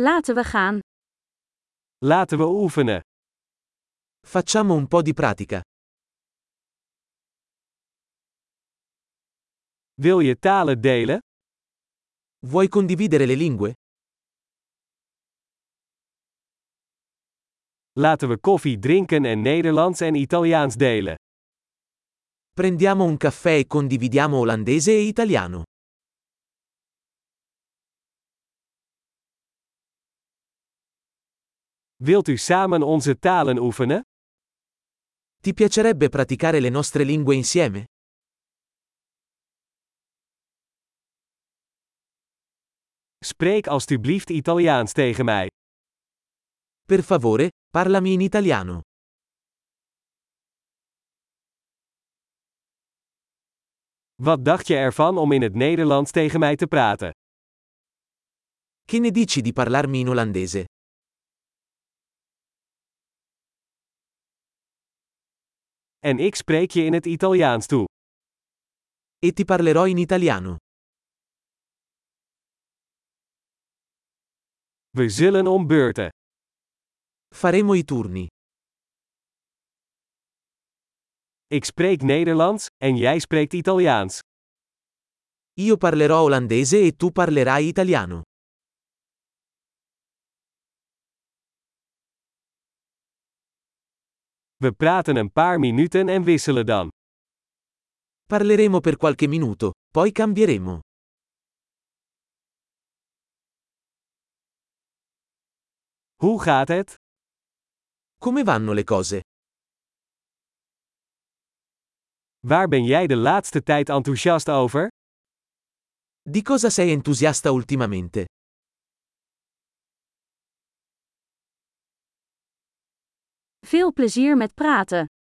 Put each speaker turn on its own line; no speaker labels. Laten we gaan.
Laten we oefenen.
Facciamo un po' di pratica.
Wil je talen delen?
Vuoi condividere le lingue?
Laten we koffie drinken en Nederlands en Italiaans delen.
Prendiamo un caffè e condividiamo olandese e italiano.
Wilt u samen onze talen oefenen?
Ti piacerebbe praticare le nostre lingue insieme?
Spreek alstublieft Italiaans tegen mij.
Per favore, parlami in italiano.
Wat dacht je ervan om in het Nederlands tegen mij te praten?
Che ne dici di parlarmi in olandese?
En ik spreek je in het Italiaans toe.
E ti parlerò in italiano.
We zullen om beurten.
Faremo i turni.
Ik spreek Nederlands en jij spreekt Italiaans.
Io parlerò olandese e tu parlerai italiano.
We praten een paar minuten en wisselen dan.
Parleremo per qualche minuto, poi cambieremo.
Hoe gaat het?
Come vanno le cose?
Waar ben jij de laatste tijd enthousiast over?
Di cosa sei entusiasta ultimamente?
Veel plezier met praten.